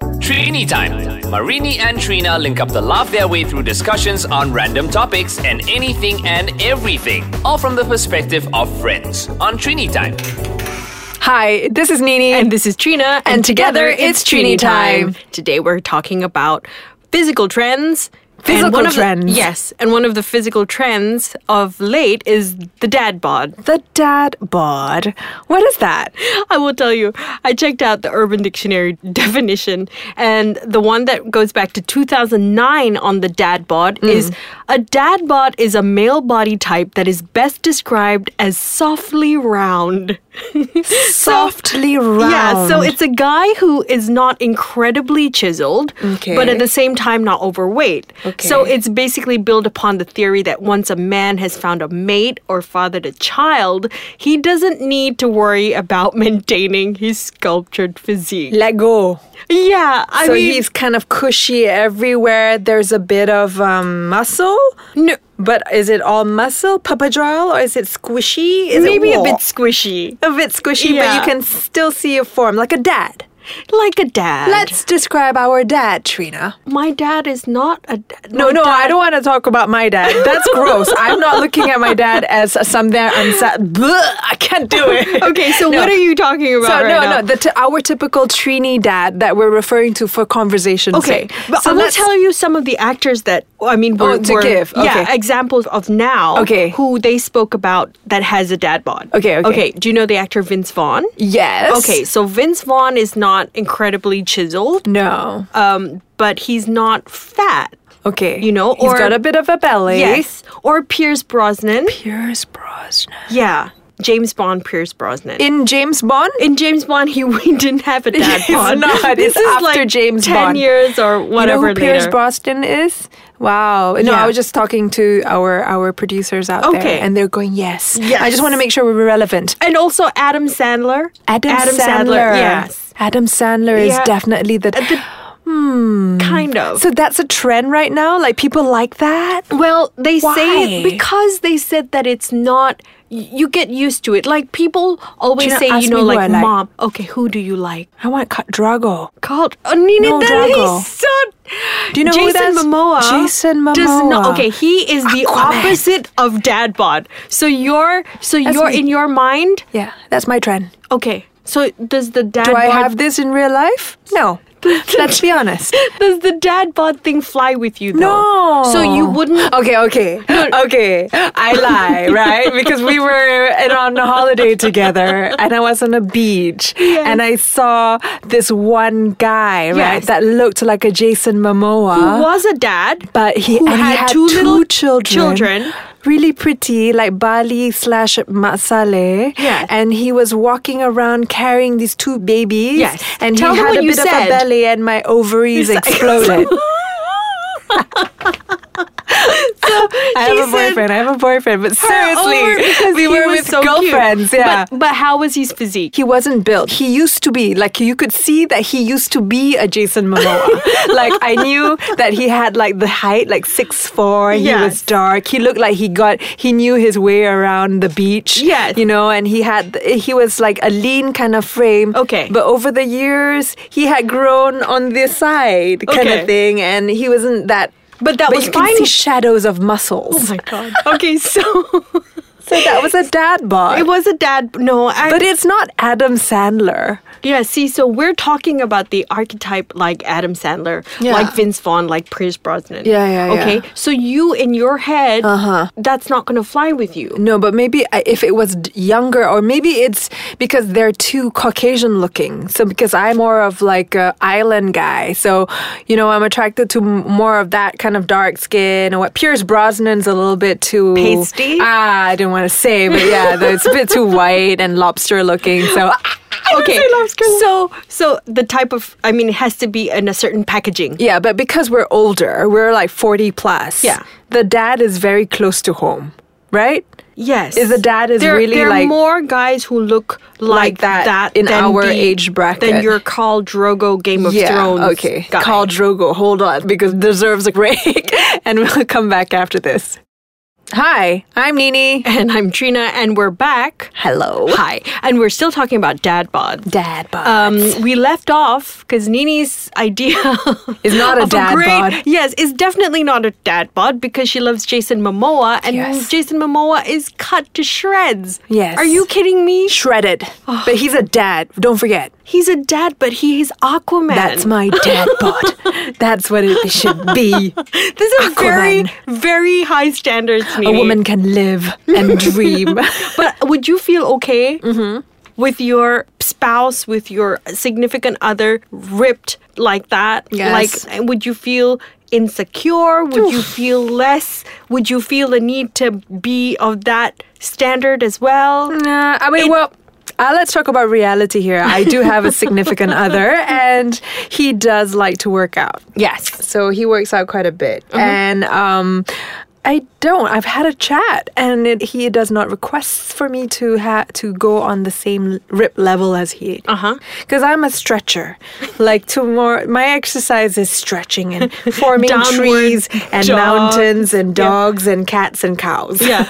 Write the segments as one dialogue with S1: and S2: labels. S1: Trini time. Marini and Trina link up the laugh their way through discussions on random topics and anything and everything, all from the perspective of friends on Trini time.
S2: Hi, this is Nini.
S3: And this is Trina,
S2: And together, it's Trini time.
S3: Today we're talking about physical trends. and
S2: Physical
S3: one of the-
S2: trends.
S3: yes, and one of the physical trends of late is the dad bod.
S2: the dad bod. What is that?
S3: I will tell you, I checked out the Urban Dictionary definition, and the one that goes back to 2009 on the dad bod
S2: Mm.
S3: is a dad bod is a male body type that is best described as softly round.
S2: Softly round.
S3: Yeah, so it's a guy who is not incredibly chiseled,
S2: Okay.
S3: but at the same time not overweight. So
S2: Okay.
S3: it's basically built upon the theory that once a man has found a mate or fathered a child, he doesn't need to worry about maintaining his sculptured physique.
S2: let go.
S3: yeah, I
S2: so
S3: mean,
S2: he's kind of cushy everywhere. There's a bit of um, muscle.
S3: No.
S2: But is it all muscle, papadrile, or is it squishy? Is
S3: maybe
S2: it
S3: a
S2: wa-
S3: bit squishy,
S2: a bit squishy, but
S3: Yeah.
S2: you can still see a form like a dad.
S3: like a dad.
S2: Let's describe our dad, Trina.
S3: my dad is not a dad.
S2: No, no, I don't want to talk about my dad. That's gross. I'm not looking at my dad as something I'm sad. Blech, I can't do it.
S3: Okay, so
S2: No.
S3: what are you talking about?
S2: So
S3: right
S2: no,
S3: now?
S2: no, the t- our typical Trini dad that we're referring to for conversation.
S3: Okay, but
S2: so
S3: I will
S2: let's
S3: tell you some of the actors that I mean were,
S2: Oh, to
S3: were-
S2: give,
S3: yeah
S2: okay.
S3: examples of now
S2: Okay.
S3: who they spoke about that has a dad bod.
S2: Okay, okay.
S3: Do you know the actor Vince Vaughn?
S2: Yes.
S3: Okay, so Vince Vaughn is not incredibly chiseled,
S2: No.
S3: um, but he's not fat.
S2: Okay.
S3: you know,
S2: he's
S3: or-
S2: got a bit of a belly.
S3: Yes, or Pierce Brosnan.
S2: Pierce Brosnan.
S3: yeah, James Bond, Pierce Brosnan.
S2: In James Bond.
S3: in James Bond, he we didn't have a dad
S2: It's
S3: bod.
S2: not.
S3: This
S2: It's
S3: is
S2: after
S3: like
S2: James
S3: ten
S2: Bond.
S3: years or whatever.
S2: you know who Pierce
S3: later.
S2: Brosnan is? Wow. No,
S3: Yeah.
S2: I was just talking to our our producers out
S3: Okay.
S2: there, and they're going, yes.
S3: Yes.
S2: I just want to make sure we're relevant.
S3: and also Adam Sandler.
S2: Adam, Sandler.
S3: Yes.
S2: Adam Sandler is
S3: Yeah.
S2: definitely the.
S3: Kind of.
S2: so that's a trend right now. Like people like that.
S3: well, they say it
S2: Why?
S3: because they said that it's not. y- You get used to it. Like people always
S2: Gina,
S3: say,
S2: ask
S3: you know,
S2: me who I
S3: like
S2: like.
S3: mom. Okay, who do you like?
S2: I want Cut Drago.
S3: Called oh, Nina.
S2: No,
S3: that
S2: Drago.
S3: he's so.
S2: Do you know who
S3: Jason
S2: that's-
S3: Momoa?
S2: Jason
S3: Does not,
S2: Momoa.
S3: okay, he is the
S2: Aquaman.
S3: opposite of dad bod. So you're so you're
S2: me.
S3: in your mind.
S2: Yeah, that's my trend.
S3: Okay. So does the dad
S2: Do I
S3: bod
S2: have this in real life? No. Let's be honest.
S3: does the dad bod thing fly with you though?
S2: No.
S3: So you wouldn't
S2: Okay, okay. Okay. I lie, right? Because we were in- on a holiday together and I was on a beach and I saw this one guy, right,
S3: Yes.
S2: that looked like a Jason Momoa.
S3: who was a dad,
S2: but he,
S3: who
S2: and he
S3: had
S2: had
S3: two little
S2: children,
S3: children.
S2: really pretty, like Bali slash Matsale.
S3: Yes.
S2: And he was walking around carrying these two babies.
S3: Yes.
S2: And
S3: Tell
S2: he
S3: them
S2: had
S3: what
S2: a
S3: you
S2: bit of
S3: said.
S2: a belly, and my ovaries exploded. I
S3: he
S2: have a
S3: said
S2: boyfriend. I have a boyfriend. But
S3: over
S2: seriously,
S3: because
S2: we
S3: he
S2: were
S3: was
S2: with
S3: so cute.
S2: girlfriends. Yeah.
S3: But, but how was his physique?
S2: he wasn't built. He used to be like you could see that he used to be a Jason Momoa. like I knew that he had like the height, like six four. He was
S3: Yes.
S2: dark. He looked like he got he knew his way around the beach.
S3: Yes.
S2: you know, and he had he was like a lean kind of frame.
S3: Okay.
S2: but over the years he had grown on this side kind
S3: Okay.
S2: of thing, and he wasn't that.
S3: But that was
S2: you can
S3: fine.
S2: see shadows of muscles.
S3: Oh my god. Okay, so
S2: so that was a dad bod.
S3: it was a dad. No, I,
S2: but it's not Adam Sandler.
S3: yeah. See, so we're talking about the archetype like Adam Sandler,
S2: Yeah.
S3: like Vince Vaughn, like Pierce Brosnan.
S2: Yeah, yeah,
S3: Okay,
S2: yeah.
S3: so you in your head, uh-huh. that's not gonna fly with you.
S2: No, but maybe I- if it was d- younger, or maybe it's because they're too Caucasian looking. So because I'm more of like a island guy, so you know I'm attracted to m- more of that kind of dark skin. Or what Pierce Brosnan's a little bit too
S3: Pasty?
S2: Ah, I didn't want to say, but yeah, the- it's a bit too white and lobster looking. So
S3: Okay, so so the type of I mean, it has to be in a certain packaging.
S2: yeah, but because we're older, we're like 40 plus.
S3: Yeah.
S2: the dad is very close to home, right?
S3: Yes,
S2: Is the dad is
S3: there,
S2: really
S3: there
S2: like-
S3: are more guys who look like,
S2: that in
S3: than
S2: our
S3: the-
S2: age bracket.
S3: than your Khal Drogo Game of Thrones.
S2: Okay.
S3: guy.
S2: Call Drogo. Hold on, because it deserves a break. and we'll come back after this. Hi, I'm Nini.
S3: And I'm Trina, and we're back.
S2: Hello. Uh,
S3: Hi. And we're still talking about dad bod.
S2: Dad bod.
S3: Um, we left off because Nini's idea
S2: Is not a
S3: of
S2: dad
S3: great-
S2: bod.
S3: Yes, is definitely not a dad bod because she loves Jason Momoa, and
S2: Yes.
S3: Jason Momoa is cut to shreds.
S2: Yes.
S3: Are you kidding me?
S2: Shredded. But he's a dad. Don't forget.
S3: He's a dad, but he is Aquaman.
S2: That's my dad bod. That's what it should be.
S3: This
S2: Aquaman.
S3: is very, very high standards.
S2: A
S3: Nini.
S2: woman can live and dream.
S3: But would you feel okay
S2: Mm-hmm.
S3: with your spouse, with your significant other ripped like that?
S2: Yes.
S3: Like, would you feel insecure? Would you feel less? Would you feel the need to be of that standard as well?
S2: Nah, I mean, well, uh, let's talk about reality here. I do have a significant other, and he does like to work out.
S3: Yes.
S2: So he works out quite a bit,
S3: Uh-huh.
S2: and um, I don't. I've had a chat, and it, he does not request for me to ha- to go on the same rip level as he. Uh
S3: Uh-huh.
S2: Because I'm a stretcher. like tomorrow, my exercise is stretching and forming
S3: Downward
S2: trees and
S3: dog.
S2: mountains and dogs and cats and cows.
S3: Yeah.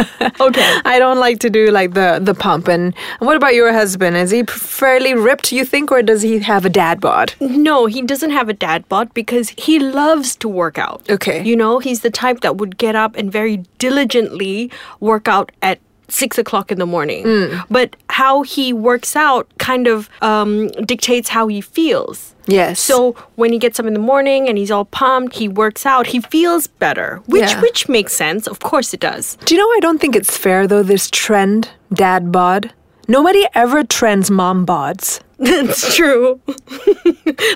S3: Okay.
S2: I don't like to do like the the pump. And what about your husband? Is he fairly ripped? You think, or does he have a dad bod?
S3: No, he doesn't have a dad bod because he loves to work out.
S2: Okay.
S3: You know, he's the type that would get up and very diligently work out at six o'clock in the morning.
S2: Mm.
S3: But how he works out kind of um, dictates how he feels.
S2: Yes.
S3: So when he gets up in the morning and he's all pumped, he works out, he feels better, which
S2: Yeah.
S3: which makes sense. Of course it does.
S2: Do you know? I don't think it's fair though. This trend, dad bod. Nobody ever trends mom bods.
S3: That's true.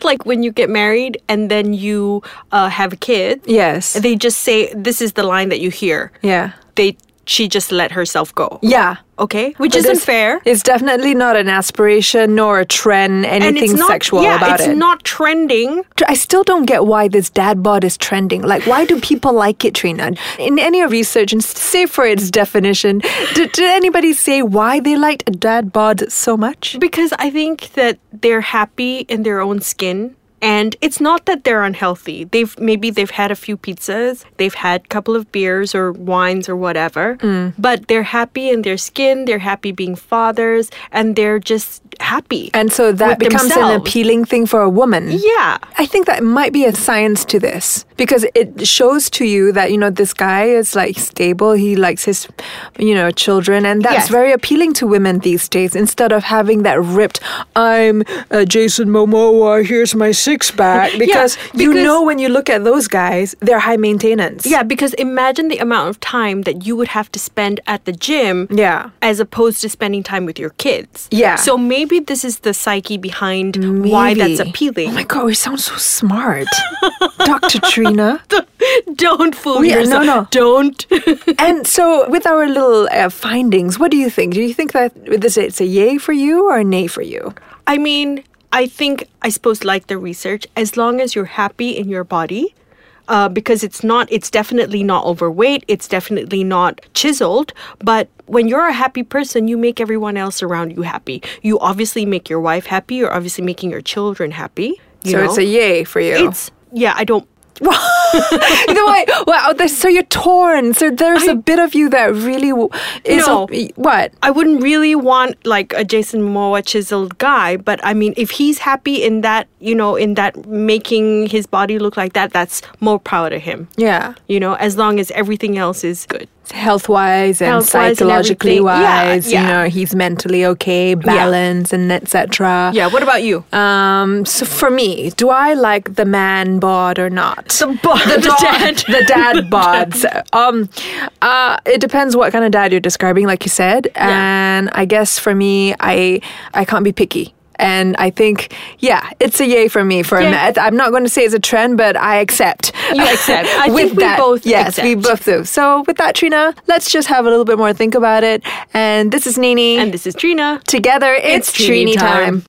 S3: like when you get married and then you uh, have a kid.
S2: Yes.
S3: They just say this is the line that you hear.
S2: yeah.
S3: They she just let herself go.
S2: Yeah.
S3: Okay? Which
S2: But
S3: isn't
S2: it's-
S3: fair.
S2: It's definitely not an aspiration nor a trend,
S3: and
S2: anything
S3: it's not
S2: sexual
S3: yeah,
S2: about
S3: it's
S2: it.
S3: not trending.
S2: Tr- I still don't get why this dad bod is trending. Like, why do people like it, Trina? In any research, and s- say for its definition, did, did anybody say why they liked a dad bod so much?
S3: Because I think that they're happy in their own skin. And it's not that they're unhealthy. They've maybe they've had a few pizzas, they've had a couple of beers or wines or whatever.
S2: Mm.
S3: But they're happy in their skin, they're happy being fathers, and they're just happy.
S2: And so that
S3: with
S2: becomes an
S3: themselves.
S2: appealing thing for a woman.
S3: Yeah.
S2: I think that might be a science to this because it shows to you that you know this guy is like stable. He likes his, you know, children, and that's
S3: Yes.
S2: very appealing to women these days. Instead of having that ripped, I'm uh, Jason Momoa. Here's my six pack because, you
S3: because-
S2: know when you look at those guys, they're high maintenance.
S3: Yeah, because imagine the amount of time that you would have to spend at the gym.
S2: Yeah.
S3: As opposed to spending time with your kids.
S2: Yeah.
S3: So maybe this is the psyche behind why that's
S2: Maybe.
S3: appealing.
S2: Oh my god, we sound so smart, Doctor Trina.
S3: Don't fool
S2: We-
S3: yourself.
S2: no, no.
S3: Don't.
S2: And so, with our little uh, findings, what do you think? Do you think that this it's a yay for you or a nay for you?
S3: I mean, I think, I suppose, like the research, as long as you're happy in your body, uh, because it's not, it's definitely not overweight, it's definitely not chiseled. But when you're a happy person, you make everyone else around you happy. You obviously make your wife happy, you're obviously making your children happy. You
S2: so
S3: know?
S2: it's a yay for you.
S3: It's, yeah, I don't.
S2: You know what? Wow, there's- so you're torn. So there's a bit of you that really w- is
S3: No.
S2: a, what?
S3: I wouldn't really want like a Jason Momoa chiseled guy, but I mean, if he's happy in that, you know, in that making his body look like that, that's more power to him.
S2: Yeah,
S3: You know, as long as everything else is good.
S2: health wise and
S3: Health-wise and
S2: psychologically
S3: everything. Yeah,
S2: wise.
S3: yeah.
S2: You know, he's mentally okay, balanced, and etc.
S3: Yeah. What about you?
S2: Um. So for me, do I like the man bod or not?
S3: bod, the,
S2: dog- the dad bods. Um, uh, it depends what kind of dad you're describing, like you said. And I guess for me, I I can't be picky. And I think, yeah, it's a yay for me. For a
S3: Yeah.
S2: ma- I'm not going to say it's a trend, but I accept.
S3: You accept. I
S2: with
S3: think we
S2: that,
S3: both
S2: yes, we
S3: accept.
S2: both do. So with that, Trina, let's just have a little bit more think about it. And this is Nini.
S3: And this is Trina.
S2: together, it's,
S3: It's Trini
S2: Trini
S3: time.
S2: time.